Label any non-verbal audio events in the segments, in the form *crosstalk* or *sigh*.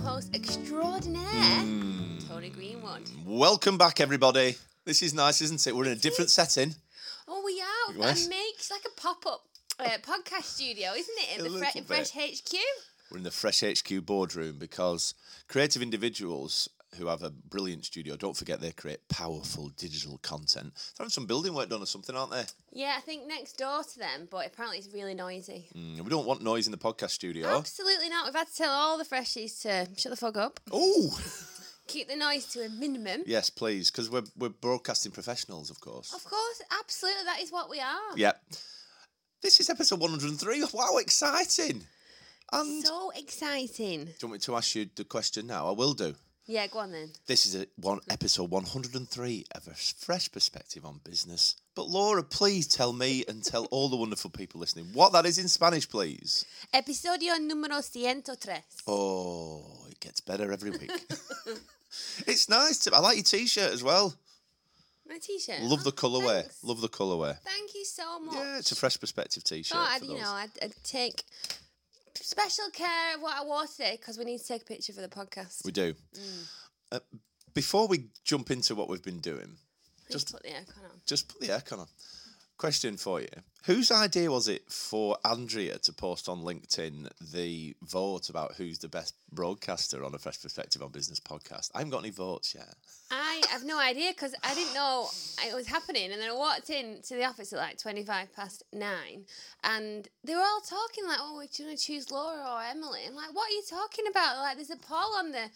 host extraordinaire, Hmm. Tony Greenwood. Welcome back, everybody. This is nice, isn't it? We're in a different setting. Oh, we are. We've Yes. got a make- it's like a pop up uh, podcast studio, isn't it? In A the little Fre- Fresh HQ. We're in the Fresh HQ boardroom because creative individuals who have a brilliant studio, don't forget they create powerful digital content. They're having some building work done or something, aren't they? Yeah, I think next door to them, but apparently it's really noisy. Mm, we don't want noise in the podcast studio. Absolutely not. We've had to tell all the freshies to shut the fuck up, Oh, keep the noise to a minimum. yes, please, because we're, we're broadcasting professionals, of course. Of course, absolutely, that is what we are. Yep. This is episode 103. Wow, exciting. And do So exciting. you want me to ask you the question now? I will do. Yeah, go on then. This is a one Mm. episode 103 of a fresh perspective on business. But Laura, please tell me and tell all the wonderful people listening what that is in Spanish, please. Episodio número 103. Oh, it gets better every week. *laughs* it's nice. To, I like your t-shirt as well. My t shirt. Love the colourway. thanks. Love the colourway. Thank you so much. Yeah, it's a fresh perspective t-shirt. thought I'd, for you those. know, I'd, I'd take special care of what I wore today because we need to take a picture for the podcast. We do. Mm. Uh, before we jump into what we've been doing, Please put the aircon on. just put the aircon on. Question for you: Whose idea was it for Andrea to post on LinkedIn the vote about who's the best broadcaster on a Fresh Perspective on Business podcast? I haven't got any votes yet. I have no idea because I didn't know it was happening, and then I walked in to the office at like twenty five past nine, and they were all talking like, "Oh, do you want to choose Laura or Emily?" I'm like, "What are you talking about?" Like, there's a poll on the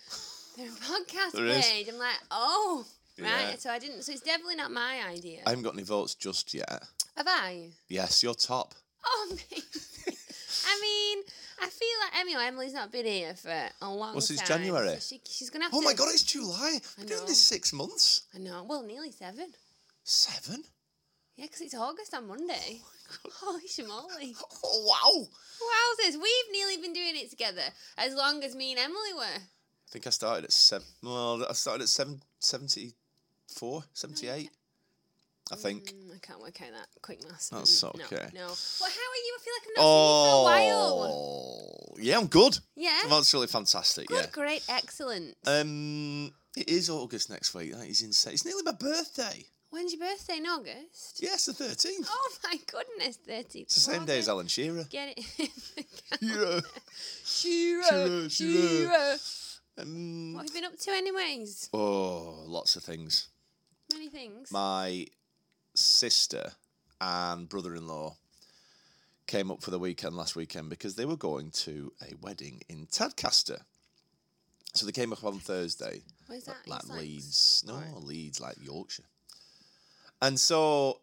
the *laughs* podcast There is. page. I'm like, "Oh." Right, Yeah. so I didn't. So it's definitely not my idea. I haven't got any votes just yet. Have I? Yes, you're top. Oh, *laughs* amazing. I mean, I feel like Emily. Emily's not been here for a long Well, time. since January. so she, she's gonna have Oh to. my god, it's July. We've been doing this six months. I know. Well, nearly seven. Seven. Yeah, 'cause it's August on Monday. Holy shamoly! Oh wow. Wowzers, we've nearly been doing it together as long as me and Emily were. I think I started at seven. Well, I started at seven, 74, 78, I think. Mm, I can't work out that quick maths. That's Mm, okay. No, no. Well, how are you? I feel like I've not Oh, seen you for a while. yeah, I'm good. Yeah. That's really fantastic. Eh? Good, great, excellent. Yeah. Um, it is August next week. That is insane. It's nearly my birthday. When's your birthday in August? Yes, the thirteenth. Oh my goodness, thirty. it's the same day as *laughs* Alan Shearer. Get it. *laughs* Yeah. Shiro, Shiro. Shiro, Shiro. Um, What have you been up to, anyways? oh, lots of things. Many things. My sister and brother-in-law came up for the weekend last weekend because they were going to a wedding in Tadcaster. So they came up on Thursday. Where's that? like It's like- Leeds. No, Leeds, like Yorkshire. And so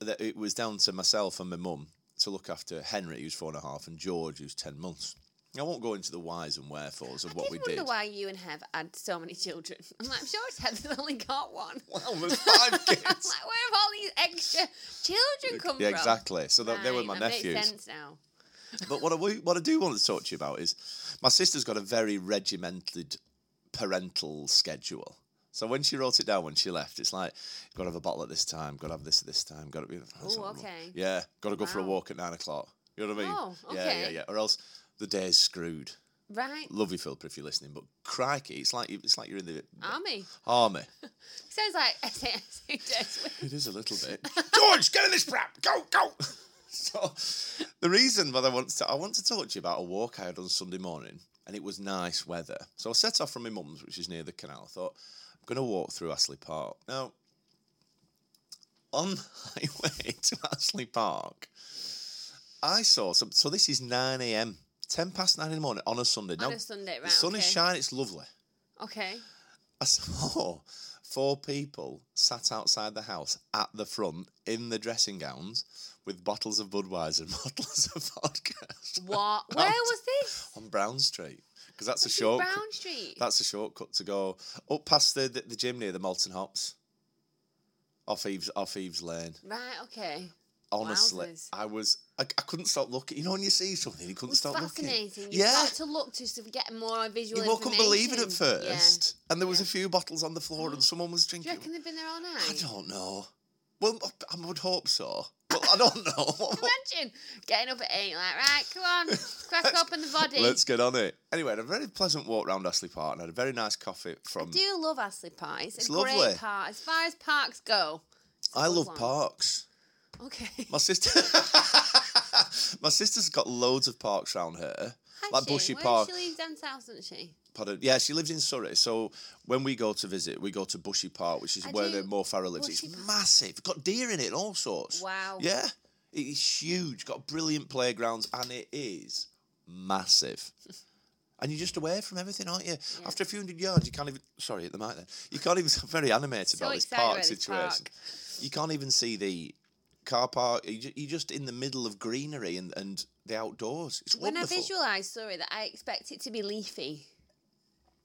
that it was down to myself and my mum to look after Henry, who's four and a half, and George, who's 10 months. I won't go into the whys and wherefores of I what did we wonder did. why you and Hev had so many children. *laughs* I'm like, I'm sure it's Hev's only got one. *laughs* Well, there's *laughs* five I'm kids. like, where have all these extra children come yeah, from? exactly. So that they were Right, my that Makes nephews. sense now. But what I, wo- what I do want to talk to you about is my sister's got a very regimented parental schedule. So when she wrote it down when she left, it's like, got to have a bottle at this time, got to have this at this time, got to be. Oh, okay. Yeah, got to go for a Wow. walk at nine o'clock. You know what I mean? Oh, Yeah, yeah, okay. yeah. Or else the day's screwed. Right, Love you, Philip, if you're listening. But crikey, it's like you- it's like you're in the army. army. Sounds like *laughs* SAS who does. It is a little *laughs* bit. George, get in this crap. Go, go. *laughs* so the reason why I want to I want to talk to you about a walk I had on Sunday morning, and it was nice weather. So I set off from my mum's, which is near the canal. I thought I'm going to walk through Astley Park. Now, on *laughs* the highway to Astley Park, I saw some. So this is nine a.m. Ten past nine in the morning on a Sunday. On Now, a Sunday, right? the sun okay. is shining. It's lovely. Okay. I saw *laughs* four people sat outside the house at the front in the dressing gowns with bottles of Budweiser and *laughs* bottles of vodka What? *laughs* Where was this? on Brown Street because that's a This is short Brown Street. that's a shortcut to go up past the the, the gym near the Malton Hops off Eves off Eves Lane. Right, okay. Honestly, Wowzers. I was I, I couldn't stop looking. You know when you see something, you couldn't It's stop looking. fascinating. You've Yeah. got to look to sort of get more visual You couldn't believe it at information. Yeah. first, and there was a few bottles *gasps* on the floor, and someone was Do drinking. you reckon they've been there all I night? don't know. Well, I- I would hope so. Well, I *laughs* don't know. What- *laughs* what- Imagine getting up at eight, like, right, come on, *laughs* crack open the body. Let's get on it. Anyway, I had a very pleasant walk round Astley Park and had a very nice coffee from. I do love Astley Park. It's, It's a lovely. great park. As far as parks go. I love Lovely. parks. Okay. *laughs* *laughs* My sister, my sister's got loads of parks round her, Has like she? Bushy Where Park. She lives down south, doesn't she? Pardon. Yeah, she lives in Surrey. So when we go to visit, we go to Bushy Park, which is I where do- the Mo Farah lives. Bushy it's Park. massive. It's got deer in it and all sorts. Wow. Yeah. It is huge. Got brilliant playgrounds and it is *laughs* massive. And you're just away from everything, aren't you? After a few hundred yards, you can't even. Sorry, at the mic then. You can't even. *laughs* I'm very animated So about this excited park about this situation. park. You can't even see the car park. You ju- You're just in the middle of greenery and, and the outdoors. It's When I wonderful. visualise Surrey, that I expect it to be leafy.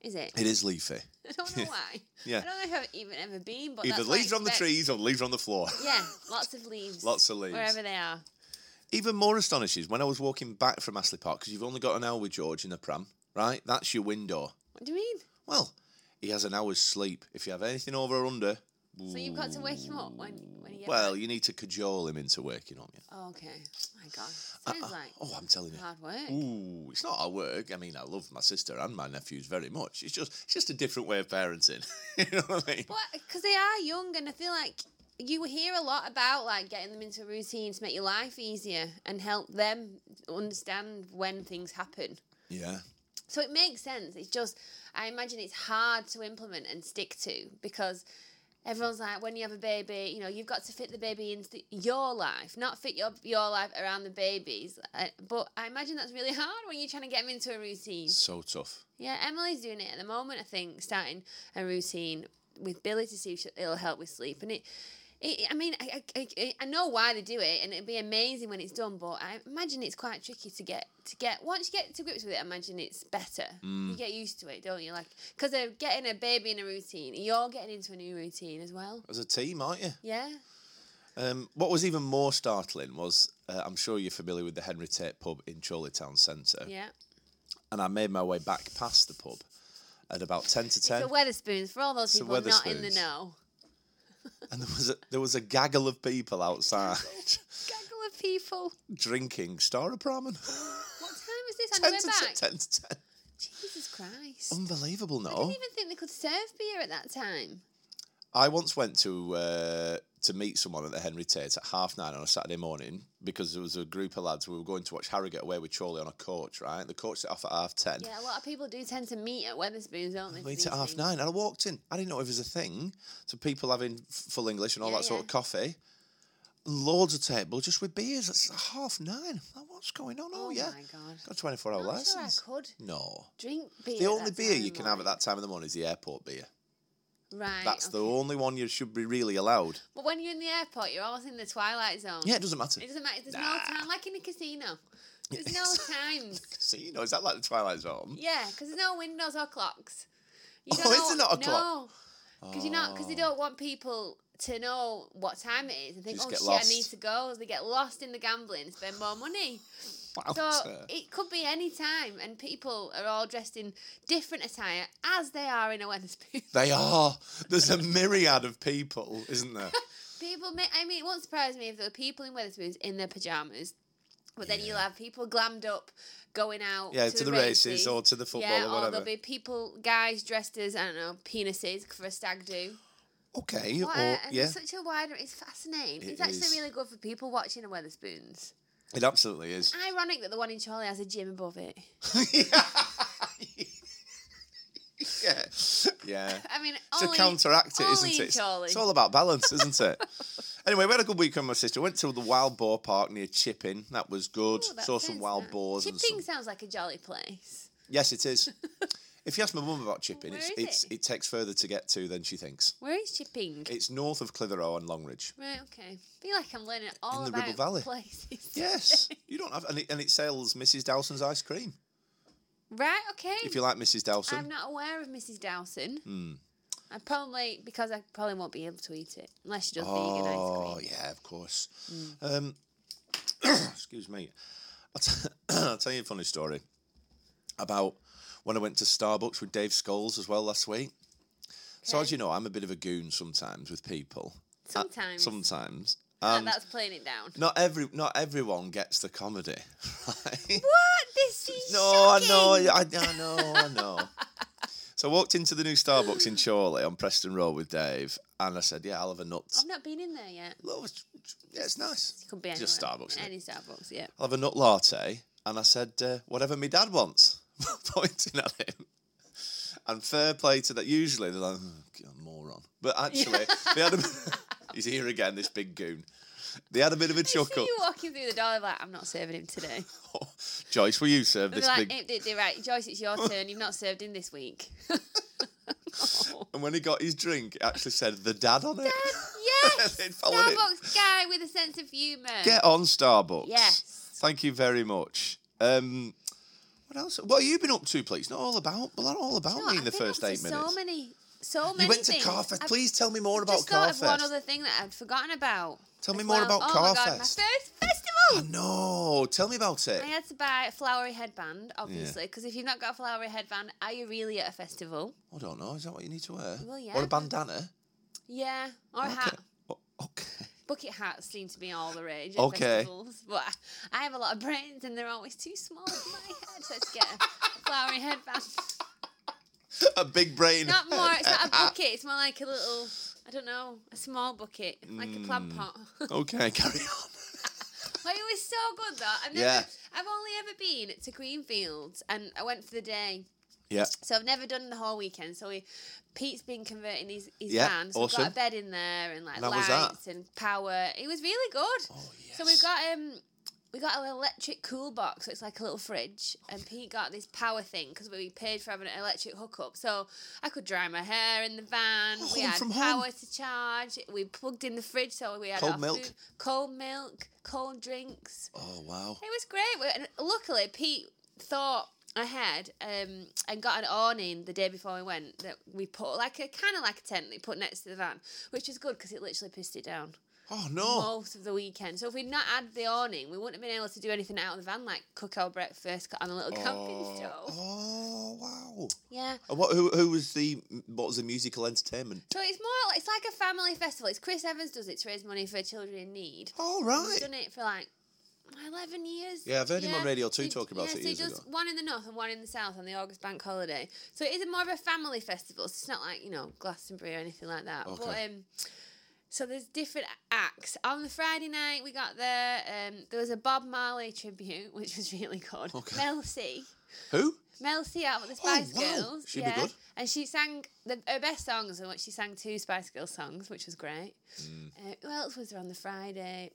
Is it? it is leafy. *laughs* I don't *laughs* know why. Yeah. I don't know if I've even ever been, but Either that's what I leaves on the expect. trees or leaves on *laughs* the floor. *laughs* Yeah, lots of leaves. Lots of leaves. Wherever they are. Even more astonishing is when I was walking back from Astley Park, because you've only got an hour with George in the pram, right? That's your window. What do you mean? Well, he has an hour's sleep. If you have anything over or under, So you've got to wake him up when when he gets well, you need to cajole him into working on you. Oh, okay. My God. Sounds like Oh, I'm telling you. hard work. Ooh, it's not our work. I mean, I love my sister and my nephews very much. It's just, it's just a different way of parenting. *laughs* you know what I mean? Because they are young, and I feel like you hear a lot about like getting them into a routine to make your life easier and help them understand when things happen. Yeah. So it makes sense. It's just I imagine it's hard to implement and stick to because everyone's like, when you have a baby, you know, you've got to fit the baby into your life, not fit your your life around the babies. Uh, But I imagine that's really hard when you're trying to get them into a routine. So tough. Yeah, Emily's doing it at the moment. I think starting a routine with Billy to see if she- it'll help with sleep, and it. It, I mean, I, I, I- I know why they do it, and it'd be amazing when it's done. But I imagine it's quite tricky to get to get. Once you get to grips with it, I imagine it's better. Mm. You get used to it, don't you? Like because they're getting a baby in a routine, and you're getting into a new routine as well. As a team, aren't you? Yeah, Um, what was even more startling was uh, I'm sure you're familiar with the Henry Tate pub in Chorley Town Centre. yeah. and I made my way back past the pub at about ten to ten, So Weatherspoons for all those So people not in the Wetherspoons. know. and there was a, there was a gaggle of people outside *laughs* Gaggle of people. drinking Star of Brahman. What time is this? On the *laughs* ten way to back. ten, ten to ten. Jesus Christ. Unbelievable, I didn't no. even think they could serve beer at that time. I once went to uh, to meet someone at the Henry Tate at half nine on a Saturday morning because there was a group of lads we were going to watch Harrogate away with Chorley on a coach. Right, the coach set off at half ten. Yeah, a lot of people do tend to meet at Weatherspoons, don't they? for We these Went at half things? nine, and I walked in. I didn't know it was a thing. So people having f- full English and all Yeah, that sort of yeah. coffee. Loads of table just with beers. It's half nine. I'm like, what's going on? Oh, Oh yeah, Oh, my god! got a twenty four hour I'm sure I license. could No, drink beer. the at only that beer time you in can have at life. that time of the morning is the airport beer. Right. That's the okay. only one you should be really allowed. But when you're in the airport, you're always in the twilight zone. Yeah, it doesn't matter. It doesn't matter. There's Nah. no time, like in a casino. There's no times. *laughs* See, you know, is that like the Twilight Zone? *laughs* Yeah, because there's no windows or clocks. You Oh, is there not a clock? No, because you're not because they don't want people to know what time it is and think, Just oh get shit, I need lost. to go. They get lost in the gambling, and spend more money. *laughs* Wow, So sir. it could be any time, and people are all dressed in different attire as they are in a *laughs* Wetherspoon. They are. There's a myriad of people, isn't *laughs* there? people, may, I mean, it won't surprise me if there were people in Wetherspoons in their pajamas, but then you'll have people glammed up going out. Yeah, to, the, races, or to the football yeah, or or whatever. there'll be people, guys dressed as I don't know, penises for a stag do. Okay, What or, a, and yeah. uh, it's such a wide. It's fascinating. It it's actually is. really good for people watching a Wetherspoons. It *laughs* absolutely is. *laughs* Ironic that the one in Chorley has a gym above it. yeah. Yeah. I mean, To only, counteract it, only isn't in it? It's, Chorley. it's all about balance, *laughs* isn't it? anyway, we had a good weekend with my sister. Went to the Wild Boar Park near Chipping. That was good. Oh, that Saw some sounds wild nice. boars. Chipping And some... sounds like a jolly place. Yes, it is. if you ask my mum about Chipping, Where it's, is it's it? it takes further to get to than she thinks. Where is Chipping? It's north of Clitheroe and Longridge. right, okay. I feel like I'm learning all the about Ribble Valley. *laughs* places. *laughs* Yes, you don't have, and it, and it sells Mrs. Dowson's ice cream. Right, okay. If you like Hmm. Mrs. Dowson, I'm not aware of Mrs. Dowson. I probably because I probably won't be able to eat it unless she does vegan ice Oh cream. Mm. yeah, of course. Um, *coughs* excuse me. I'll, t- *coughs* I'll tell you a funny story about when I went to Starbucks with Dave Scholes as well last week. So as Okay. you know, I'm a bit of a goon sometimes with people. Uh, Sometimes. sometimes. That- that's playing it down. Not every not everyone gets the comedy, *laughs* right? What? This is No, I know, shocking. I, I know, *laughs* I know. so I walked into the new Starbucks in Chorley on Preston Road with Dave, and I said, "Yeah, I'll have a nut. I've not been in there yet. Well, it's- yeah, it's nice. It could be anywhere. Just Starbucks, isn't it? Any Starbucks, yeah. I'll have a nut latte." And I said, uh, "Whatever my dad wants," *laughs* pointing at him. And fair play to that. Usually they're like, oh, God, "Moron," but actually, they had a, *laughs* he's here again. This big goon. They had a bit of a See chuckle. *laughs* you walking through the door like, I'm not serving him today. Joyce, will you serve They're this like, big eh, they- they're right, Joyce, it's your turn. You've not served him this week. Oh. And when he got his drink, it actually said the dad on it. *laughs* yes, They'd followed it. Starbucks guy with a sense of humour. Get on Starbucks. Yes. Thank you very much. Um, what else? What have you been up to, please? Not all about. Well, not all about No, me I've in the been first up to eight minutes. So many, so many. you went to things. Carfest. I've Please tell me more about just thought of one Carfest. other thing that I'd forgotten about. Tell me as more well. about Oh my god, my Carfest. first *laughs* festival. No, tell me about it. I had to buy a flowery headband, obviously, because if you've not got a flowery headband, are you really at a festival? I don't know. oh, Is that what you need to wear? Well, Or yeah. a bandana? Yeah, or a Okay. hat. O- Okay. *laughs* Bucket hats seem to be all the rage at Okay. festivals, but I- I have a lot of brains and they're always too small for my head. So I just get a flowery headband. a big brain. Not more. It's *laughs* not a hat. bucket. It's more like a little. I don't know, a small bucket, like a Hmm. plant pot. *laughs* Okay, carry on. Like, it was so good though. I've never, Yeah. I've only ever been to Greenfields, and I went for the day. Yeah. So I've never done the whole weekend. So we, Pete's been converting his, his Yeah, van. So we've got awesome. a bed in there and like And how was lights that? and power. It was really good. Oh yes. So we've got um we got an electric cool box. So it's like a little fridge, and Pete got this power thing because we paid for having an electric hookup. So I could dry my hair in the van. Oh, we home had from home. power to charge. We plugged in the fridge, so we had Cold our milk. food- cold milk, cold drinks. Oh wow. It was great. We- And luckily, Pete thought ahead um, and got an awning the day before we went that we put like a kind of like a tent that he put next to the van, which was good because it literally pissed it down Oh no. most of the weekend. So if we'd not had the awning, we wouldn't have been able to do anything out of the van, like cook our breakfast on a little camping Oh, stove. oh wow. Yeah. And what? Who, who was the? What was the musical entertainment? So it's more like, it's like a family festival. It's Chris Evans does it to raise money for children in need. All He's right. done it for like eleven years. Yeah, I've heard him on Radio 2 talking about yeah, it so years he does ago. one in the north and one in the south on the August Bank Holiday. So it is more of a family festival. So it's not like you know Glastonbury or anything like that. Okay. But um, so there's different acts. On the Friday night we got there. Um, there was a Bob Marley tribute, *laughs* which was really good. Okay. Mel C. *laughs* Who? Mel C out with the Oh, Spice wow. Girls. She'd be yeah. good. And she sang the, her best songs, and what she sang two Spice Girls songs, which was great. Mm. Uh, who else was there on the Friday?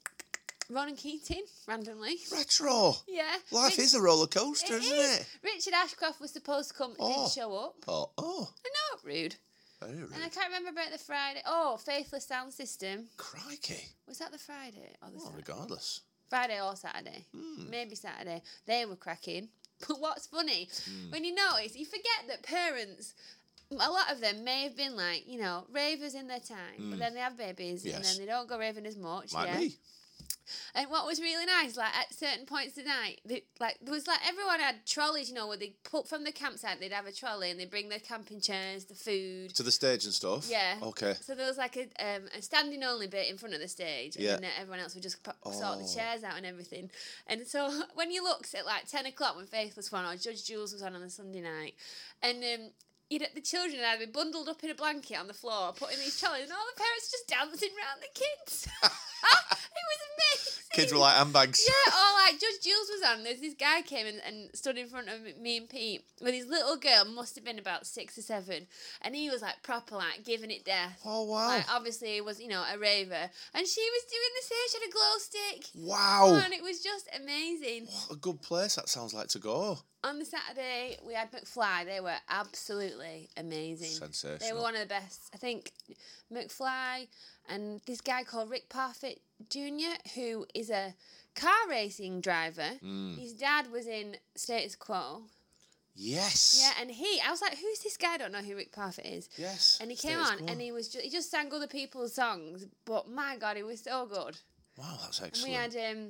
Ron and Keating, randomly. *laughs* Retro. Yeah. Life Rich- is a roller coaster, is isn't is. it? Richard Ashcroft was supposed to come, Oh. didn't show up. Oh, oh. I know, rude. Very rude. And I can't remember about the Friday. Oh, Faithless Sound System. Crikey. Was that the Friday or the Well, Saturday? regardless. Hmm. Friday or Saturday? Mm. Maybe Saturday. They were cracking. *laughs* But what's funny, Mm. when you notice, you forget that parents, a lot of them may have been like, you know, ravers in their time, but then they have babies and Yes. then they don't go raving as much. Like yeah. me. And what was really nice, like at certain points of the night, they, like there was like everyone had trolleys, you know, where they put from the campsite, they'd have a trolley and they'd bring their camping chairs, the food. To the stage and stuff. Yeah. *laughs* Okay. So there was like a, um, a standing only bit in front of the stage, and Yeah. then everyone else would just pop, sort Oh. the chairs out and everything. And so *laughs* when you looked at like ten o'clock when Faithless one or Judge Jules was on on the Sunday night, and um, you'd the children had been bundled up in a blanket on the floor, putting these trolleys, and all the parents just dancing around the kids. *laughs* Ah, it was amazing. Kids were like handbags. *laughs* Yeah, or like Judge Jules was on. There's this guy came in and stood in front of me and Pete with his little girl, must have been about six or seven, and he was like proper like giving it death. Oh, wow. Like obviously he was you know a raver, and she was doing the same. She had a glow stick, Wow. oh, and it was just amazing. What a good place that sounds like to go. On the Saturday we had McFly. They were absolutely amazing. They were Sensational. one of the best. I think McFly and this guy called Rick Parfitt Jr., who is a car racing driver. Mm. His dad was in Status Quo. Yes. Yeah, and he, I was like, who's this guy? I don't know who Rick Parfitt is. Yes. And he came Status on quo. and he was just, he just sang other people's songs, but my God, he was so good. Wow, that's And excellent. we had um,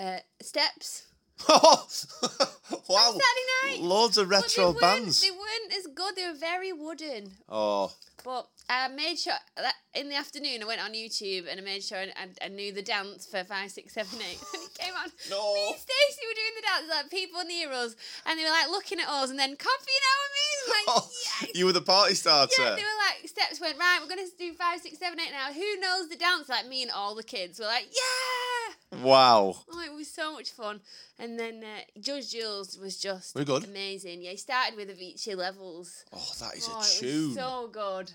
uh, Steps. wow. *laughs* Saturday night. Loads of But they retro weren't, bands. They weren't as good, they were very wooden. Oh, But I made sure that in the afternoon I went on YouTube and I made sure I, I, I knew the dance for five, six, seven, eight. *laughs* When it came on, No. me and Stacey were doing the dance, like people near us, and they were like looking at us, and then coffee and our means, *laughs* like Oh, yes. You were the party starter. Yeah, they were like steps went right. We're gonna do five, six, seven, eight now. Who knows the dance? Like me and all the kids were like, yeah. Wow. Oh, it was so much fun. And then uh, Judge Jules was just We're good. amazing. Yeah, he started with Avicii levels. Oh, that is oh, a It tune. was so good.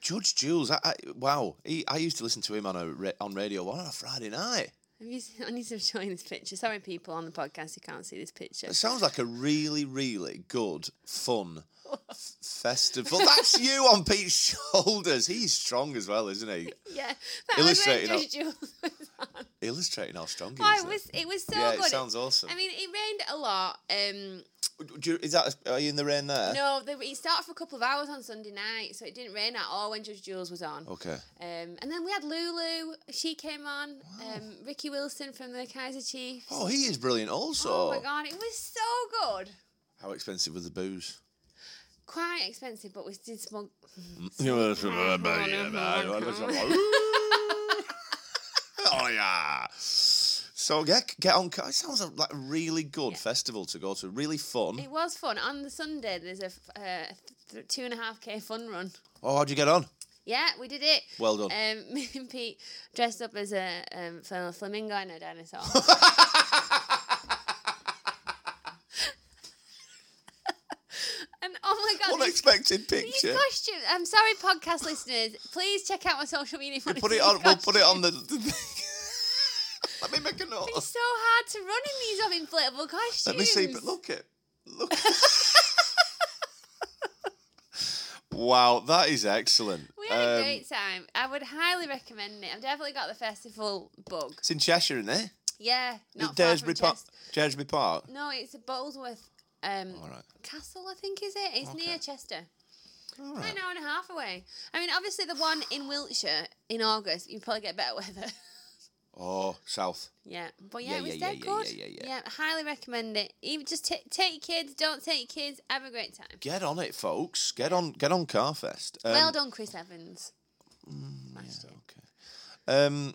Judge Jules. I, I, wow. He, I used to listen to him on a ra- on Radio One on a Friday night. Have you seen, I need to show you this picture. Sorry, people on the podcast who can't see this picture. It sounds like a really, really good, fun f- *laughs* festival. That's you on Pete's shoulders. He's strong as well, isn't he? Yeah, that was when Illustrating Judge Jules *laughs* was on. Illustrating how strong he Oh, is. it there. was it was so yeah, good. it sounds awesome. I mean, it rained a lot. Um, Do you, is that are you in the rain there? no, the, it started for a couple of hours on Sunday night, so it didn't rain at all when Judge Jules was on. Okay. Um, and then we had Lulu. She came on. Um, Ricky Wilson from the Kaiser Chiefs. Oh, he is brilliant. Also, Oh my god, it was so good. how expensive was the booze? Quite expensive, but we did smug. *laughs* oh yeah. So get get on. It sounds like a really good festival to go to. Really fun. It was fun. On the Sunday, there's a f- uh, th- two and a half k fun run. Oh, how'd you get on? Yeah, we did it. Well *laughs* done. Um, *laughs* me and Pete dressed up as a um, fl- flamingo and a *laughs* dinosaur. and oh my god, these, Unexpected these picture. costumes! I'm sorry, podcast listeners. Please check out my social media. if you wanna We put see it on. these We'll put it on costumes. the. the thing. *laughs* Let me make a note. It's so hard to run in these off inflatable costumes. Let me see, but look it. *laughs* Look. *laughs* wow, that is excellent. We had a Um, great time. I would highly recommend it. I've definitely got the festival bug. It's in Cheshire, isn't it? Yeah, not far from Daresbury Park. Chest- Daresbury Park. No, it's Bolesworth um, All right. Castle, I think is it. It's near Okay. Chester. All About right. An hour and a half away. I mean, obviously the one in Wiltshire in August, you probably get better *laughs* weather. Oh, south. yeah, but yeah, Yeah, it was yeah, dead yeah, yeah, good. yeah, yeah, yeah. highly recommend it. Even just ta take your kids, don't take your kids. Have a great time. Get on it, folks. Get on. Get on Carfest. Um, well done, Chris Evans. Smashed it. Okay. Um,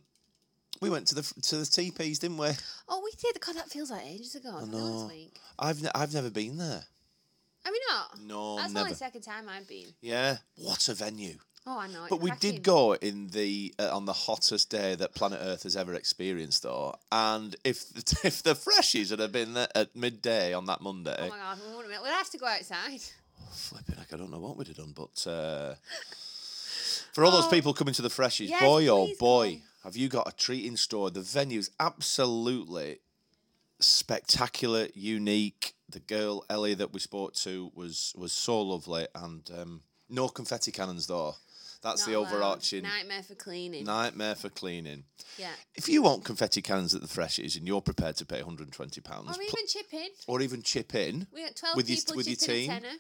we went to the to the teepees, didn't we? Oh, we did. God, that feels like ages ago. I know. know. This week. I've ne- I've never been there. Have we not? No, That's never. only the second time I've been. Yeah. What a venue. Oh, I know. it's But we cracking. did go in the uh, on the hottest day that planet Earth has ever experienced, though. And if *laughs* if the freshies had have been there at midday on that Monday, Oh my god, we wouldn't have- we'll have to go outside. flipping heck, I don't know what we'd have done. But uh, for all those Oh. people coming to the freshies, Yes, boy oh please boy, come. have you got a treat in store? The venue's absolutely spectacular, unique. The girl Ellie that we spoke to was was so lovely, and um, no confetti cannons though. That's the Not allowed. overarching. nightmare for cleaning. Nightmare for cleaning. Yeah, If you want confetti cannons at the freshies and you're prepared to pay £120 or pl- even chip in. or even chip in, We got twelve With your- people with your chipping a team? tenner.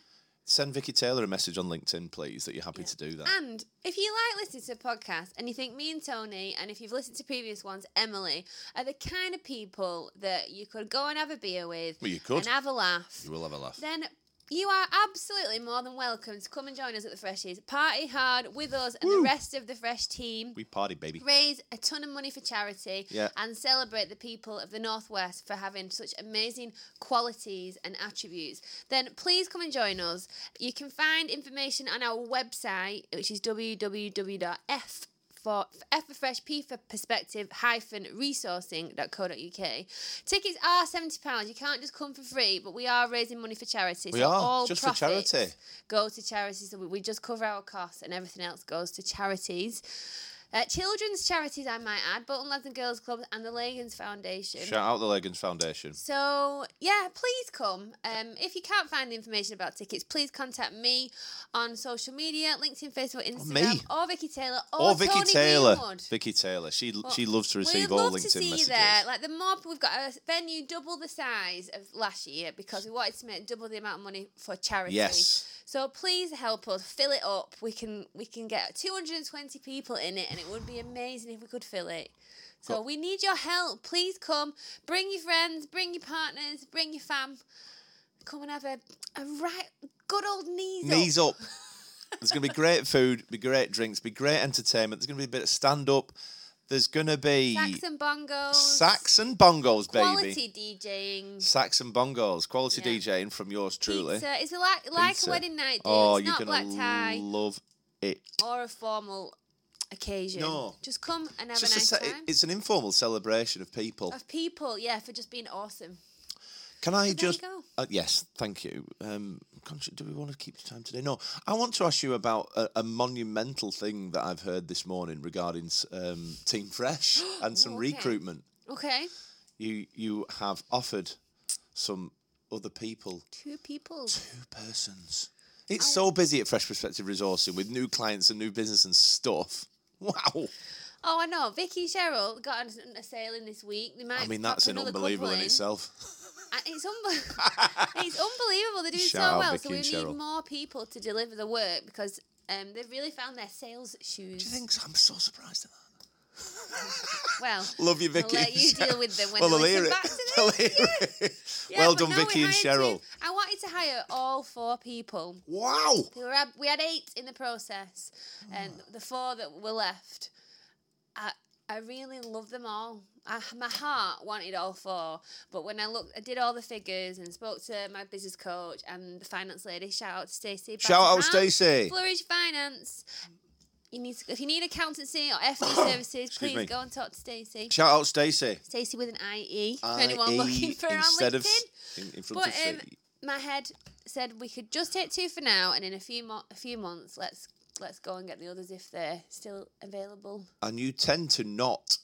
send Vicky Taylor a message on LinkedIn, please, that you're happy to do that. And if you like listening to a podcast and you think me and Tony, and if you've listened to previous ones, Emily, are the kind of people that you could go and have a beer with Well, you and could. have a laugh, You will have a laugh. then you are absolutely more than welcome to come and join us at the Freshies. Party hard with us and the rest of the Fresh team. We party, baby. raise a ton of money for charity Yeah. and celebrate the people of the Northwest for having such amazing qualities and attributes, then please come and join us. You can find information on our website, which is www.f for F for Fresh, P for Perspective hyphen resourcing.co.uk. Tickets are £70. You can't just come for free, but we are raising money for charity. We so are, all just for charity. profits Go to charity. So we- we just cover our costs and everything else goes to charities. Uh, children's charities, I might add, Bolton Lads and Girls Club and the Leggings Foundation. Shout out the Leggings Foundation. So yeah, please come. Um, if you can't find the information about tickets, please contact me on social media, LinkedIn, Facebook, Instagram, Oh, me? or Vicky Taylor, or, Or Vicky Oh, Tony Taylor. Greenwood. Vicky Taylor. She Well, she loves to receive We'd all love LinkedIn to see messages. you there. Like the mob, we've got a venue double the size of last year because we wanted to make double the amount of money for charity. Yes. So please help us fill it up. We can we can get 220 people in it, and it would be amazing if we could fill it. So we need your help. Please come. Bring your friends. Bring your partners. Bring your fam. Come and have a a right good old knees. *laughs* Knees up. There's going to be great food, be great drinks, be great entertainment. There's going to be a bit of stand up. There's going to be Sax and bongos. sax and bongos, baby. Quality DJing. Sax and bongos, quality Yeah. DJing from yours truly. Pizza. It's a like, like Pizza. a wedding night, dude. Oh, it's you're not gonna black tie love it. or a formal occasion. No. Just come and have It's, a nice just a, se- time. it's an informal celebration of people. of people, yeah, for just being awesome. Can I there you just? go. Uh, yes, thank you. Um, consci- do we want to keep to time today? No, I want to ask you about a, a monumental thing that I've heard this morning regarding s- um, Team *gasps* Fresh and some Ooh, okay. recruitment. Okay. You you have offered some other people Two people. two persons. It's so busy at Fresh Perspective Resourcing with new clients and new business and stuff. *laughs* Wow. Oh, I know. Vicky Cheryl got an- a sale in this week. They might I mean, pop that's an another unbelievable couple *laughs* in itself. And It's, unbe- *laughs* it's unbelievable. They're doing Shout so out well. Vicky so we and Cheryl. need more people to deliver the work because um, they've really found their sales shoes. Do you think so? I'm so surprised at that. Well, Love you, I'll Vicky. let you deal with them when well, I I'll hear listen it. back to this. I'll *laughs* hear it. Yeah, well but done, no, we Vicky and hired Cheryl. two. I wanted to hire all four people. Wow. We, were, ab- we had eight in the process, and Mm. the four that were left, I I really love them all. I, my heart wanted all four, but when I looked, I did all the figures and spoke to my business coach and the finance lady. Shout out to Stacey. Shout out, Battenham, Stacey. Flourish Finance. You need to, if you need accountancy or *coughs* FD services, please me. go and talk to Stacey. Shout out, Stacey. Stacey with an IE. For anyone looking IE for her on E instead of LinkedIn. in, in front But of um, Stacey. my head said we could just take two for now, and in a few mo- a few months, let's let's go and get the others if they're still available. And you tend to not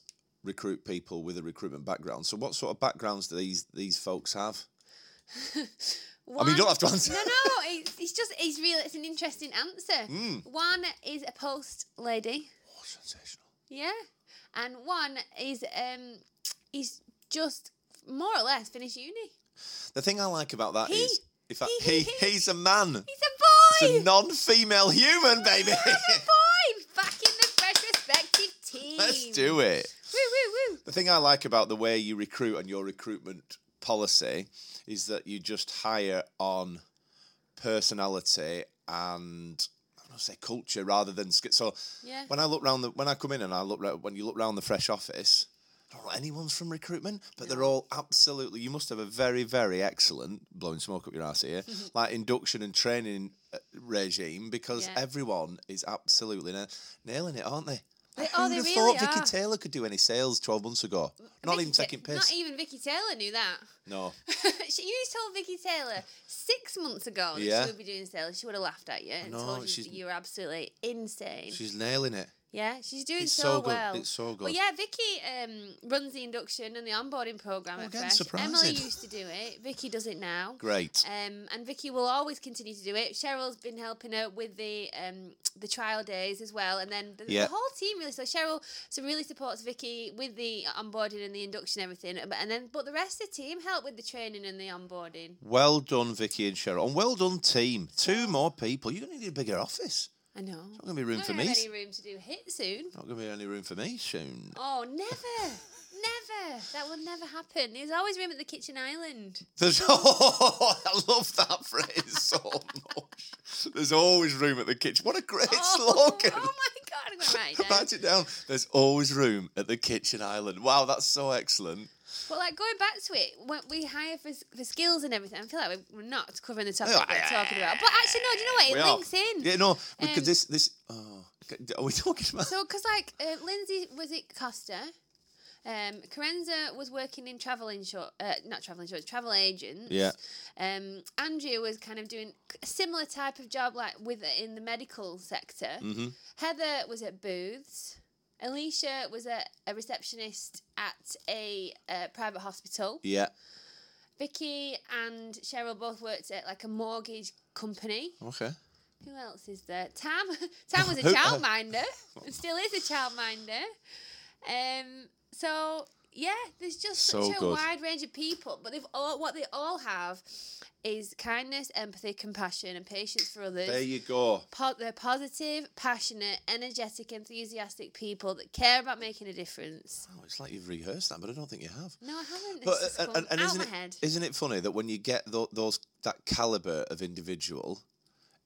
recruit people with a recruitment background. So, what sort of backgrounds do these these folks have? I mean, you don't have to answer. Um, no, *laughs* no, *laughs* it's, it's just it's real. It's an interesting answer. Hmm. One is a post lady, Oh, sensational. yeah, and one is um is just more or less finished uni. The thing I like about that is, He- in fact, he- he, he- he's a man. He's a boy. It's a non-female human, baby. *laughs* He's a boy. Back in the fresh respective team. Let's do it. Woo woo woo. The thing I like about the way you recruit and your recruitment policy is that you just hire on personality and I don't know, say culture rather than sk- so. Yeah. When I look round the when I come in and I look round, when you look round the fresh office, I don't know anyone's from recruitment, but they're all absolutely. You must have a very very excellent blowing smoke up your *laughs* ass here, like induction and training uh, regime because Yeah. everyone is absolutely na- nailing it, aren't they? They- Like, oh, who'd they have really thought Vicky are. Taylor could do any sales 12 months ago? Not Vicky even Ta- taking piss. Not e-, even Vicky Taylor knew that. no. *laughs* she, you told Vicky Taylor six months ago that Yeah. she would be doing sales. She would have laughed at you and No, told you she's- that you were absolutely insane. She's nailing it. yeah, she's doing It's so, so good. well. It's so Well, good. yeah, Vicky um, runs the induction and the onboarding program at again, Fresh. Emily surprising. used to do it. Vicky does it now. Great. Um, and Vicky will always continue to do it. Cheryl's been helping her with the um, the trial days as well, and then the, the Yeah. whole team really. So Cheryl so really supports Vicky with the onboarding and the induction and everything, but- and then but the rest of the team help with the training and the onboarding. Well done, Vicky and Cheryl. And well done, team. Two more people. You're going to need a bigger office. I know. Not going to be room Don't for have me. any room to do hit soon. Not going to be any room for me soon. Oh, never. Never. That will never happen. There's always room at the kitchen island. There's, *laughs* oh, I love that phrase so much. There's always room at the kitchen. What a great oh, slogan. *laughs* oh my god, I'm gonna *laughs* write it down. Write it down. There's always room at the kitchen island. Wow, that's so excellent. Well, like going back to it, when we hire for, for skills and everything, I feel like we're not covering the topic that we're talking about. But actually, no, do you know what? It We are. links in. Oh, Yeah, no, because Um, this, this, oh, c- are we talking about? So, because like uh, Lindsay was it Costa, um, Carenza was working in travel insurance, uh, not travel insurance, travel agents. Yeah. Um, Andrea was kind of doing a similar type of job, like with in the medical sector. Mm-hmm. Heather was at booths. Alicia was a, a receptionist at a uh, private hospital. Yeah. Vicky and Cheryl both worked at like a mortgage company. Okay. Who else is there? Tam. *laughs* Tam was a *laughs* Who- childminder. *laughs* and Still is a childminder. Um. So yeah, there's just So such a good. wide range of people, but they've all what they all have is kindness, empathy, compassion, and patience for others. There you go. Po- they're positive, passionate, energetic, enthusiastic people that care about making a difference. Oh, it's like you've rehearsed that, but I don't think you have. No, I haven't. This But has uh, come and, and out isn't my it head. isn't it funny that when you get tho- those that caliber of individual,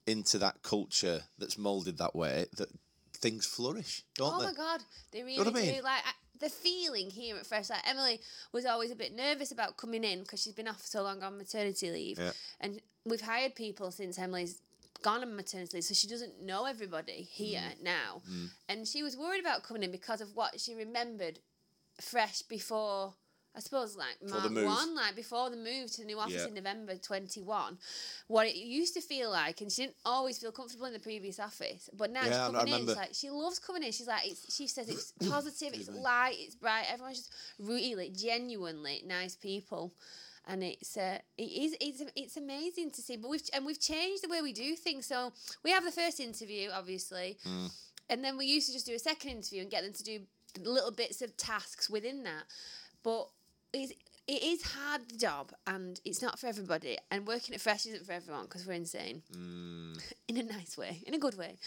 into that culture that's molded that way that things flourish, don't Oh they? my god, they really know what I mean? do. Like I, the feeling here at first, like Emily was always a bit nervous about coming in because she's been off so long on maternity leave, Yeah. and we've hired people since Emily's gone on maternity leave, so she doesn't know everybody here Mm. now, and she was worried about coming in because of what she remembered fresh before. I suppose like the Mark move. one, like before the move to the new office Yeah. in November twenty one, what it used to feel like, and she didn't always feel comfortable in the previous office, but now Yeah, I- I she's coming in, remember. she's like she loves coming in. She's like, it's, she says it's positive, it's *coughs* Excuse me. light, it's bright. Everyone's just really, genuinely nice people, and it's uh, it is it's it's amazing to see. But we've and we've changed the way we do things. So we have the first interview, obviously, Mm. and then we used to just do a second interview and get them to do little bits of tasks within that. But it's, it is hard the job, and it's not for everybody. And working at Fresh isn't for everyone because we're insane Mm, in a nice way, in a good way.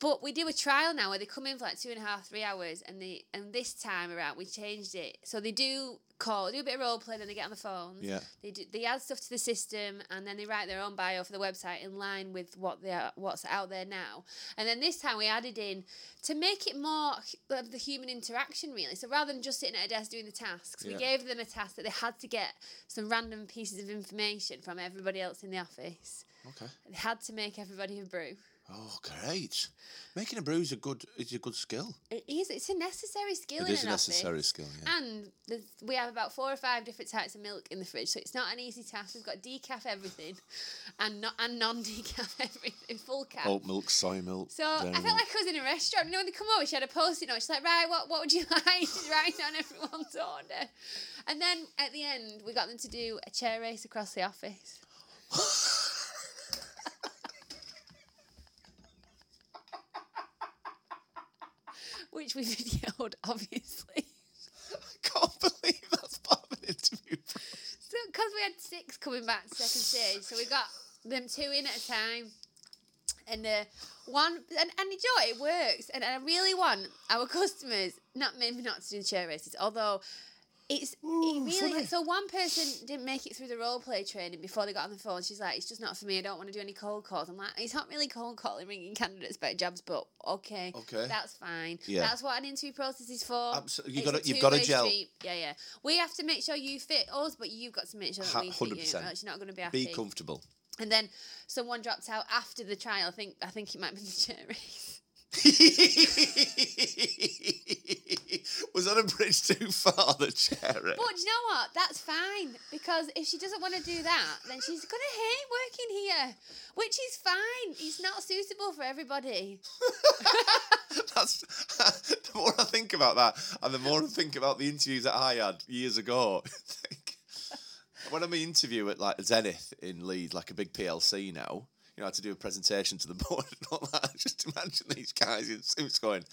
But we do a trial now where they come in for like two and a half, three hours, and they and this time around we changed it. So they do call, do a bit of role play, then they get on the phones. Yeah. They do, they add stuff to the system, and then they write their own bio for the website in line with what they are, what's out there now. And then this time we added in to make it more h- of the human interaction really. So rather than just sitting at a desk doing the tasks, Yeah. we gave them a task that they had to get some random pieces of information from everybody else in the office. Okay. They had to make everybody a brew. Oh, great! Making a brew is a good is a good skill. It is. It's a necessary skill It in is a an office. necessary skill. Yeah. And there's, we have about four or five different types of milk in the fridge, so it's not an easy task. We've got decaf everything, and not and non-decaf *laughs* everything, full cap. Oat milk, soy milk. So I felt *laughs* like I was in a restaurant. You know, when they come over, she had a post-it note. She's like, "Right, what, what would you *laughs* like?" She's writing down everyone's order, and then at the end, we got them to do a chair race across the office. *laughs* Which we *laughs* videoed, obviously. can't believe that's part of an interview. So, because we had six coming back to second stage, so we got them two in at a time, and uh, one and, and you know what, it works. And I really want our *laughs* customers, not maybe not to do the chair races, although it's Ooh, it really. funny. So one person didn't make it through the role play training before they got on the phone. She's like, "It's just not for me. I don't want to do any cold calls." I'm like, "It's not really cold calling, ringing candidates about jobs, but okay, Okay. that's fine. Yeah. That's what an interview process is for. Absolutely. You've It's gotta- a you've gotta two-way gel. street. Yeah, yeah. We have to make sure you fit us, but you've got to make sure that Ha- we fit you. 100%. Or else you're not going to be happy. Be *laughs* comfortable. and then someone dropped out after the trial. I think I think it might be *laughs* the chair race. was that a bridge too far, the chair? *laughs* race? But do you know what? That's fine because if she doesn't want to do that, then she's gonna hate working here, which is fine. It's not suitable for everybody. That's *laughs* the more I think about that, and the more I think about the interviews that I had years ago. *laughs* I think- when I'm an interview at like Zenith in Leeds, like a big PLC now, you know, I had to do a presentation to the *laughs* board and all that. *laughs* I just imagine these guys in suits going.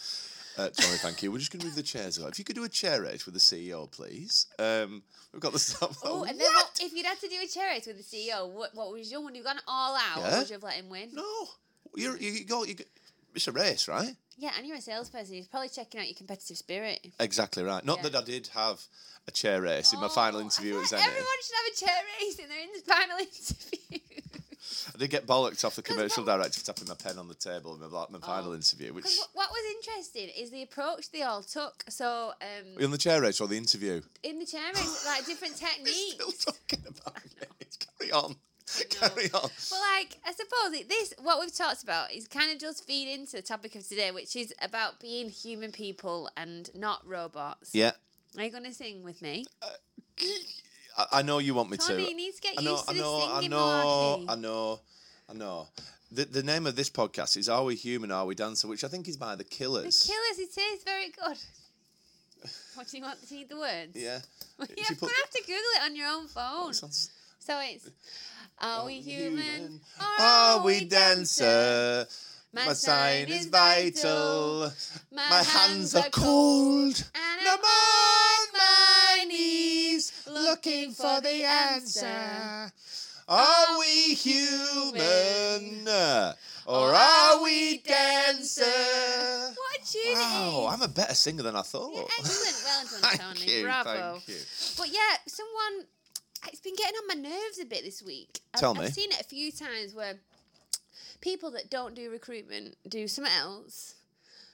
Uh, sorry, thank you. We're just going to move the chairs. Along. If you could do a chair race with the CEO, please. Um, we've got the *laughs* stuff. Oh, and then what? if you'd had to do a chair race with the CEO, what, what was your one? You've gone all out. Yeah. Or would you have let him win? No, you're, you you go. You go it's a race, right? Yeah, and you're a salesperson. He's probably checking out your competitive spirit. Exactly right. Not Yeah. that I did have a chair race in my Oh, final I interview feel at like *laughs* Zenith. Everyone should have a chair race in their in- final *laughs* *laughs* interview. I did get bollocked off the commercial what- director for tapping my pen on the table in my, la- my final Oh. interview, which Because what, what was interesting is the approach they all took. So um, in the chair race or the interview. in the *laughs* chair race, like different techniques. Still talking about it. *laughs* Carry on. know. Carry on. But like, I suppose it, this what we've talked about is kind of does feed into the topic of today, which is about being human people and not robots. Yeah. Are you gonna sing with me? I, I know you want me Tommy, to. you need to get I know, used to I know, the I singing know, malarkey. I know, I know. The, the name of this podcast is Are We Human, Are We Dancer? which I think is by The Killers. Killers, it is very *laughs* good. What do you want to need the words? yeah. *laughs* Well, If You're you put- gonna have to Google it on your own phone. Sounds- So it's Are we human? or Are we dancer? My My sign sign is is vital. My, My hands are cold. And And I'm I'm on my knees looking for the answer. Are we human or are we dancer? What a tune Wow, it is. I'm a better singer than I You're thought. excellent. *laughs* Well done, Thank Tony. you, Bravo. thank you. But yeah, someone it's been getting on my nerves a bit this week. I've, Tell me. I've seen it a few times where people that don't do recruitment do something else.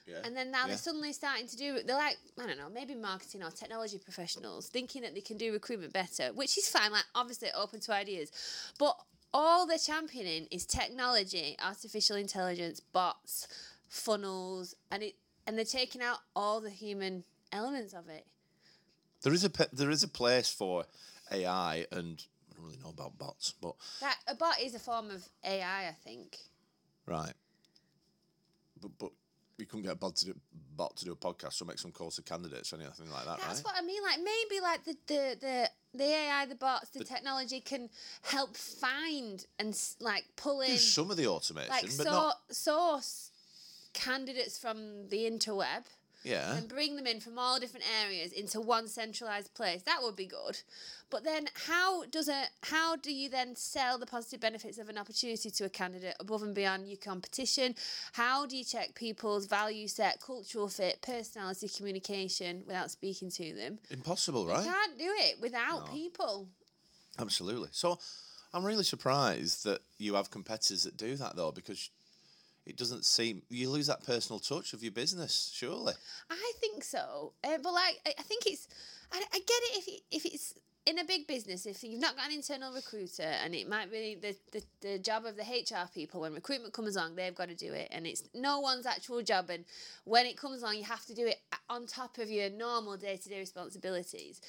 Yeah. And then now Yeah. they're suddenly starting to do. They're like, I don't know, maybe marketing or technology professionals, thinking that they can do recruitment better, which is fine. Like, obviously, open to ideas, but all they're championing is technology, artificial intelligence, bots, funnels, and it. And they're taking out all the human elements of it. There is a pe- there is a place for AI and I don't really know about bots, but That a bot is a form of AI, I think. right. But but you couldn't get a bot to do bot to do a podcast, so make some calls to candidates or anything like that, That's right? what I mean. Like maybe like the the the. The AI, the bots, the, technology can help find and s- like pull in. Do some of the automation, like but so- not source candidates from the interweb yeah. and bring them in from all different areas into one centralized place that would be good but then how does a how do you then sell the positive benefits of an opportunity to a candidate above and beyond your competition how do you check people's value set cultural fit personality communication without speaking to them Impossible, you right? can't do it without No. people Absolutely. So I'm really surprised that you have competitors that do that though, because it doesn't seem you lose that personal touch of your business, surely. I think so, uh, but like I, I think it's, I, I get it if it, if it's in a big business if you've not got an internal recruiter and it might be the, the, the job of the HR people when recruitment comes along they've got to do it and it's no one's actual job and when it comes along you have to do it a- on top of your normal day to day responsibilities.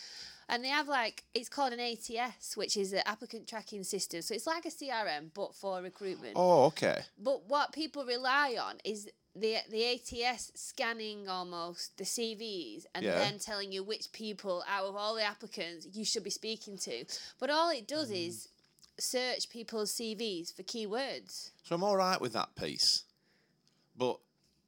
And they have like it's called an ATS, which is an applicant tracking system. So it's like a CRM but for recruitment. Oh, okay. But what people rely on is the the ATS scanning almost the CVs and Yeah. then telling you which people out of all the applicants you should be speaking to. But all it does Mm. is search people's CVs for keywords. So I'm all right with that piece, but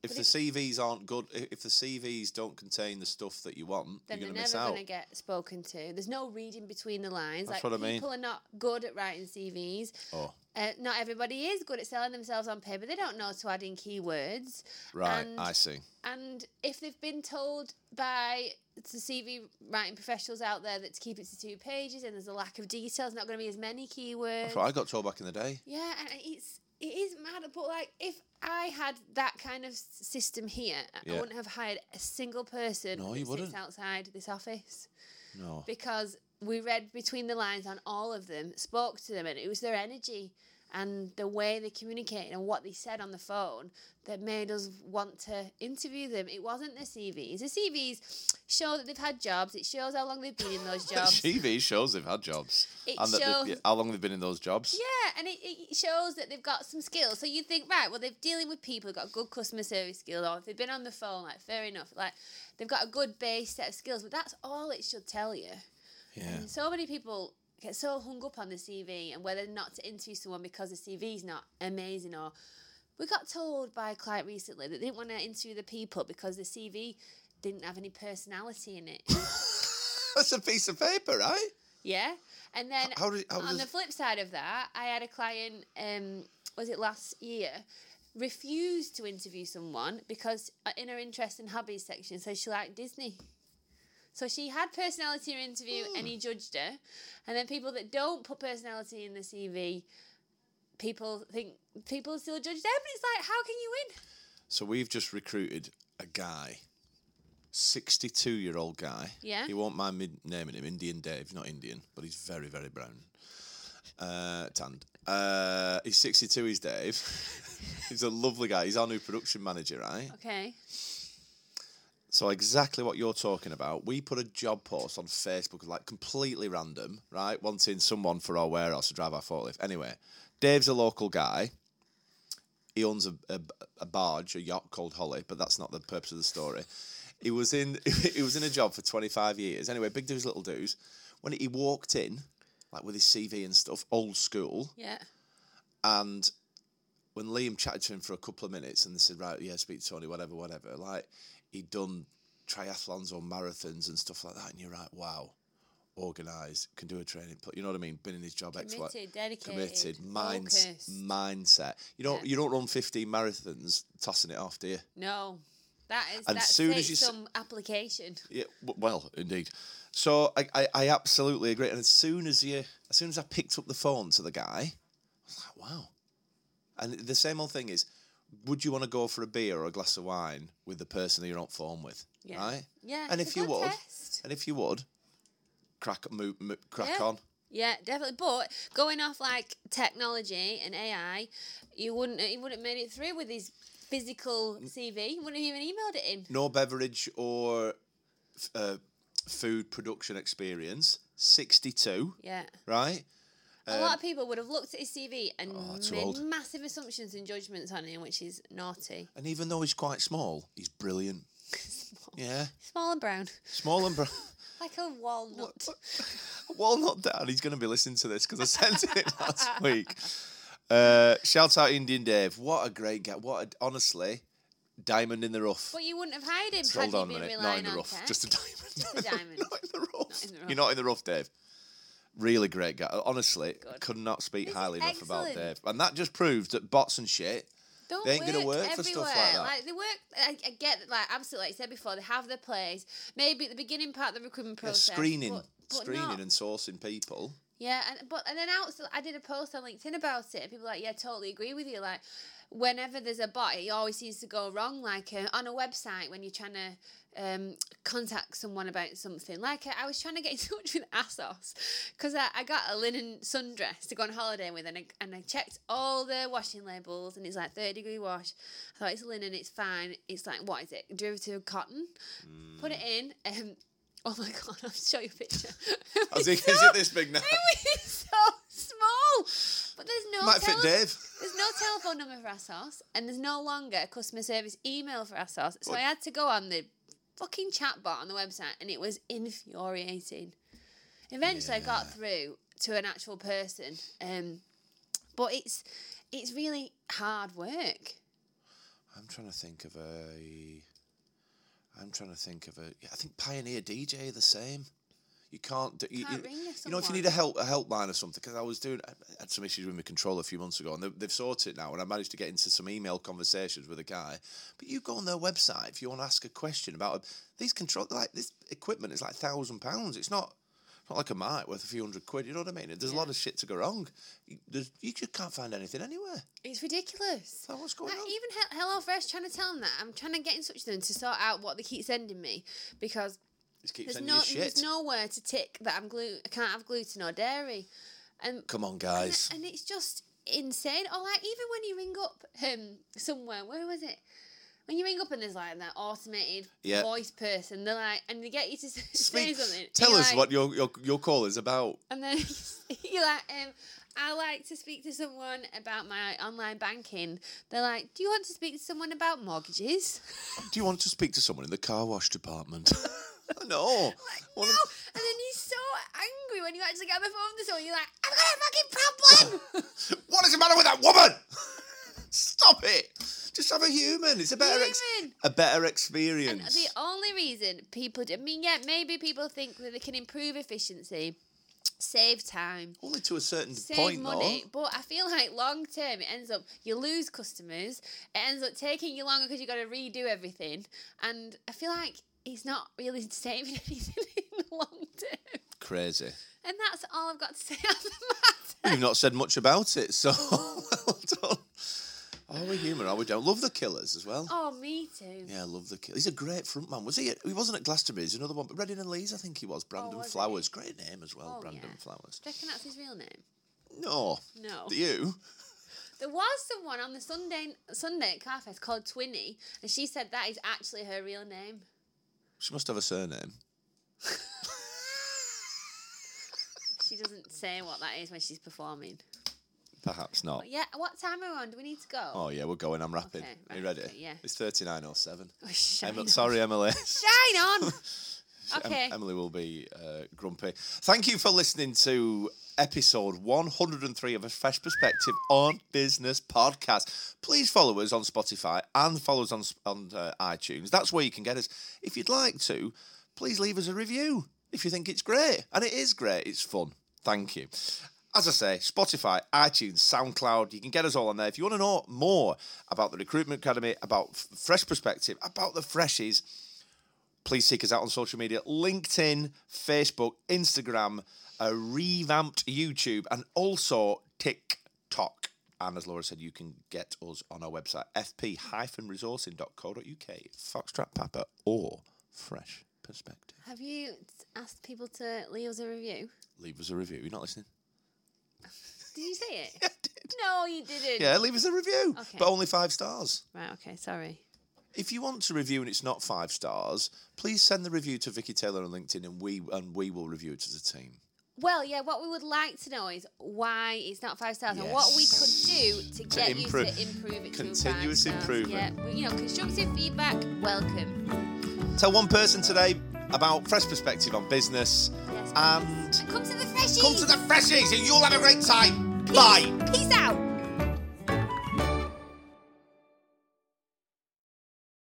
if But the if- CVs aren't good, i- if the CVs don't contain the stuff that you want, Then they're you're going to miss never out. going to get spoken to. There's no reading between the lines. That's like what I mean. people are not good at writing CVs. Oh, Uh, not everybody is good at selling themselves on paper. They don't know to add in keywords. right, And- I see. And if they've been told by the CV writing professionals out there that to keep it to two pages and there's a lack of details, not going to be as many keywords. That's what I got told back in the day. Yeah, and it's it is mad. But like, if I had that kind of s- system here, I- Yeah. I wouldn't have hired a single person No, that you wouldn't. sits outside this office No, because we read between the lines on all of them, spoke to them, and it was their energy and the way they communicated and what they said on the phone that made us want to interview them. It wasn't the CVs. The CVs show that they've had jobs. It shows how long they've been in those *laughs* jobs. CV shows they've had jobs It and that shows- they, how long they've been in those jobs. Yeah, and it, it shows that they've got some skills. So you think, right, well, they're dealing with people, they've got good customer service skills, or if they've been on the phone, like, fair enough. Like, they've got a good base set of skills, but that's all it should tell you. Yeah. And so many people get so hung up on the CV and whether or not to interview someone because the CV's not amazing or we got told by a client recently that they didn't want to interview the people because the CV didn't have any personality in it. That's a piece of paper, right? yeah. And then How did how on the does, flip side of that, I had a client, um, was it last year, refused to interview someone because uh, in her interest and hobbies section says she liked Disney. So she had personality in her interview Hmm. and he judged her. And then people that don't put personality in the CV, people think people still judge them. But it's like, how can you win? so we've just recruited a guy, sixty-two-year-old guy. Yeah. He won't mind me naming him Indian Dave, not Indian, but he's very, very brown. Uh, tanned. Uh, he's 62, he's Dave. *laughs* he's a lovely guy. He's our new production manager, right? Okay. So, exactly what you're talking about. We put a job post on Facebook, like completely random, right? Wanting someone for our warehouse to drive our forklift. Anyway, Dave's a local guy. He owns a, a, a barge, a yacht called Holly, but that's not the purpose of the story. He was in *laughs* he was in a job for 25 years. Anyway, big do's, little do's. When he walked in, like with his CV and stuff, old school, Yeah. and when Liam chatted to him for a couple of minutes and they said, right, yeah, speak to Tony, whatever, whatever, like he'd done triathlons or marathons and stuff like that. And you're like, wow, organised, can do a training, pl- you know what I mean? Been in his job, ex- what- Committed, dedicated, committed, minds, focused. mindset. You don't, Yeah. you don't run 15 marathons tossing it off, do you? No. That is And that soon as takes you s- some application. Yeah, w- well, indeed. So I, I, I absolutely agree. And as soon as you, as soon as I picked up the phone to the guy, I was like, wow, And the same old thing is, would you want to go for a beer or a glass of wine with the person that you're on phone with? Yeah. Right? Yeah. And it's if a you blood would, test. and if you would, crack move, crack Yeah. on. Yeah, definitely. But going off like technology and AI, you wouldn't you wouldn't have made it through with his Mm. physical CV. You wouldn't have even emailed it in. No beverage or f- uh, food production experience. Sixty-two, Yeah. right? a lot of people would have looked at his CV and Um, Oh, too made old. massive assumptions and judgments on him, which is naughty. *laughs* And even though he's quite small, he's brilliant. small, Yeah, small and brown, small and. Br- like a walnut. Walnut Dan, he's going to be listening to this because I sent it *laughs* last week. Uh, shout out Indian Dave. What a great guy. What a, honestly, diamond in the rough. But you wouldn't have hired him had Hold you on a been minute. Not relying in the on rough. tech. Just a diamond. a diamond. *laughs* not, in the rough. in the rough. You're not in the rough, Dave. Really great guy. Honestly, Good. could not speak This is highly enough about excellent. Dave. And that just proves that bots and shit. Don't They ain't gonna work for stuff like everywhere. that. Like they work, I, I get that, like absolutely. Like you said before, they have their place. Maybe at the beginning part of the recruitment Yeah, process, screening, but, but screening, not- and sourcing *laughs* people. Yeah, and but and then also I did a post on LinkedIn about it, and people were like, yeah, totally agree with you. Like, whenever there's a bot, it always seems to go wrong. Like uh, on a website when you're trying to um, contact someone about something. Like uh, I was trying to get in *laughs* touch with ASOS because I, I got a linen sundress to go on holiday with, and I, and I checked all the washing labels, and it's like third degree wash. I thought it's linen, it's fine. It's like what is it? Derivative of cotton. Put it in. Um, *laughs* oh my god, I'll show you a picture. *laughs* I think, So is it this big now? *laughs* it's so small. But there's no Might fit tele- Dave. there's no telephone number for ASOS, and there's no longer a customer service email for ASOS. So What? I had to go on the fucking chatbot on the website, and it was infuriating. Eventually, I got through to an actual person, um, but it's it's really hard work. I'm trying to think of a. I'm trying to think of a. yeah, I think Pioneer DJ are the same. You can't. Do, you, Can't you- ring if you know, if you someone- need a help a helpline or something, because I was doing, I had some issues with my controller a few months ago, and they, they've sorted it now, and I managed to get into some email conversations with a guy. But you go on their website if you want to ask a question about these control, like this equipment is like thousand pounds. It's not. Not like a mite worth a few hundred quid, you know what I mean? There's a lot of shit to go wrong. You, there's- you just can't find anything anywhere. It's ridiculous. So what's going Like, on? even Hel- Hello Fresh trying to tell them that I'm trying to get in touch with them to sort out what they keep sending me because Just keep There's no, sending you shit. there's nowhere to tick that I'm glu- I can't have gluten or dairy, and Come on, guys. and it's just insane. Or like even when you ring up um somewhere, where was it? When you ring up and there's like that automated Yeah. voice person, they're like, and they get you to s- *laughs* say Speak- something. and Tell you're us like- what your, your your call is about. And then *laughs* you're like, um, I like to speak to someone about my online banking. They're like, Do you want to speak to someone about mortgages? *laughs* Do you want to speak to someone in the car wash department? no. no. Wanna- And then you're so angry when you actually get on the phone to someone. You're like, I've got a fucking problem. *laughs* What is the matter with that woman? Stop it. Just have a human. It's a better ex- Human. a better and experience. the only reason people, do, I mean, yeah, maybe people think that they can improve efficiency, save time, Only to a certain save point, money. though. But I feel like long term, it ends up you lose customers. It ends up taking you longer because you got to redo everything. And I feel like it's not really *laughs* saving anything in the long term. *laughs* Crazy. And that's all I've got to say *laughs* on the matter. You've not said much about it, so Oh. *laughs* well done. Are we human? Are we don't? Love the killers as well. Oh, me too. Yeah, I love the kid. He's a great front man. Was he? He wasn't at Glastonbury. He's another one. But Reading and Leeds, I think he was. Brandon Oh, was he? Flowers, great name as well. Oh, Brandon yeah. Flowers. Do you reckon that's his real name? No, No. Do you. There was someone on the Sunday Sunday at Carfest called Twinny, and she said that is actually her real name. She must have a surname. She doesn't say what that is when she's performing. Perhaps not. But Oh, yeah, what time are we on? Do we need to go? Oh yeah, we're going. I'm rapping. Okay, Are you right, ready? okay, yeah. It's thirty nine oh seven. Oh, *laughs* shine Emma, on. sorry, Emily. *laughs* Shine *laughs* on. Em- okay. Emily will be uh, grumpy. Thank you for listening to episode 103 of A Fresh Perspective on Business Podcast. Please follow us on Spotify and follow us on, s- on uh, iTunes. That's where you can get us. If you'd like to, please leave us a review if you think it's great. And it is great, it's fun. Thank you. As I say, Spotify, iTunes, SoundCloud, you can get us all on there. If you want to know more about the Recruitment Academy, about F- Fresh Perspective, about the Freshies, please seek us out on social media LinkedIn, Facebook, Instagram, a revamped YouTube, and also TikTok. And as Laura said, you can get us on our website, fp-resourcing.co.uk, Foxtrot Papa, or Fresh Perspective. Have you asked people to leave us a review? Leave us a review. You're not listening? *laughs* Did you say it? Yeah, I did. No, you didn't. Yeah, leave us a review, Okay. but only five stars. Right, okay, sorry. If you want to review and it's not five stars, please send the review to Vicky Taylor on LinkedIn and we and we will review it as a team. Well, yeah, what we would like to know is why it's not five stars and what we could do to, get you improve- to improve it continuous to a five stars. improvement. Yeah, we- you know, constructive feedback, welcome. Tell one person today about fresh perspective on business Yes, and Come to the freshies. come to the freshies and you'll have a great time. Peace- Bye. Peace out.